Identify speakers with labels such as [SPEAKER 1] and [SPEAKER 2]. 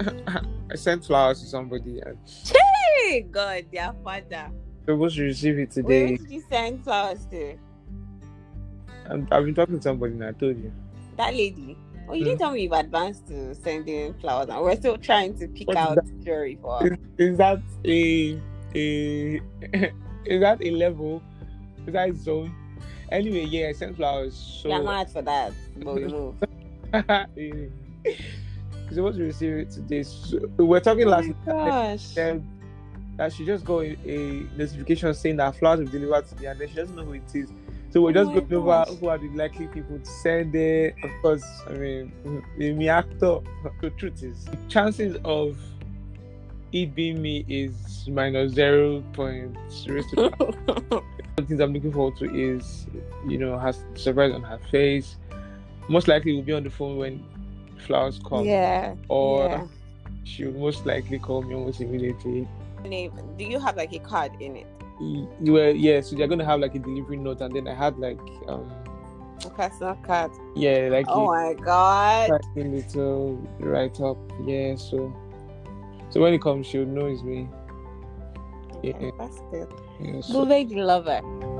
[SPEAKER 1] I sent flowers to somebody and
[SPEAKER 2] Hey God, their father.
[SPEAKER 1] supposed to receive it
[SPEAKER 2] Wait,
[SPEAKER 1] today.
[SPEAKER 2] Who did you send flowers to?
[SPEAKER 1] I'm, I've been talking to somebody and I told you.
[SPEAKER 2] That lady. Oh, you
[SPEAKER 1] Hmm.
[SPEAKER 2] didn't tell me you've advanced to sending flowers, and we're still trying to pick
[SPEAKER 1] What is
[SPEAKER 2] out jewelry for. her.
[SPEAKER 1] Is that a a is that a level? Is that a zone? Anyway, yeah, I sent flowers. So
[SPEAKER 2] Yeah, I'm mad for that. But we move.
[SPEAKER 1] Eh, supposed to receive it today. So, we were talking last night.
[SPEAKER 2] Oh gosh.
[SPEAKER 1] said that she just got a, a notification saying that flowers will deliver today, and then she doesn't know who it is. So we're
[SPEAKER 2] Oh
[SPEAKER 1] just
[SPEAKER 2] my
[SPEAKER 1] going over
[SPEAKER 2] gosh.
[SPEAKER 1] who are the likely people to send it. Of course, I mean, the me actor. The truth is, the chances of it being me is minus zero point zero. zero. One things I'm looking forward to is, you know, her surprise on her face. Most likely, will be on the phone when flowers come,
[SPEAKER 2] yeah.
[SPEAKER 1] or
[SPEAKER 2] yeah.
[SPEAKER 1] she will most likely call me almost immediately.
[SPEAKER 2] Name. Do you have like a card in it?
[SPEAKER 1] Y- well yeah so they're gonna have like a delivery note and then i had like um
[SPEAKER 2] A personal card.
[SPEAKER 1] yeah like
[SPEAKER 2] Oh my God.
[SPEAKER 1] a tiny little write up yeah so so when it comes she'll know it's me yeah,
[SPEAKER 2] Okay, that's good.
[SPEAKER 1] yeah so
[SPEAKER 2] Bouvet lover.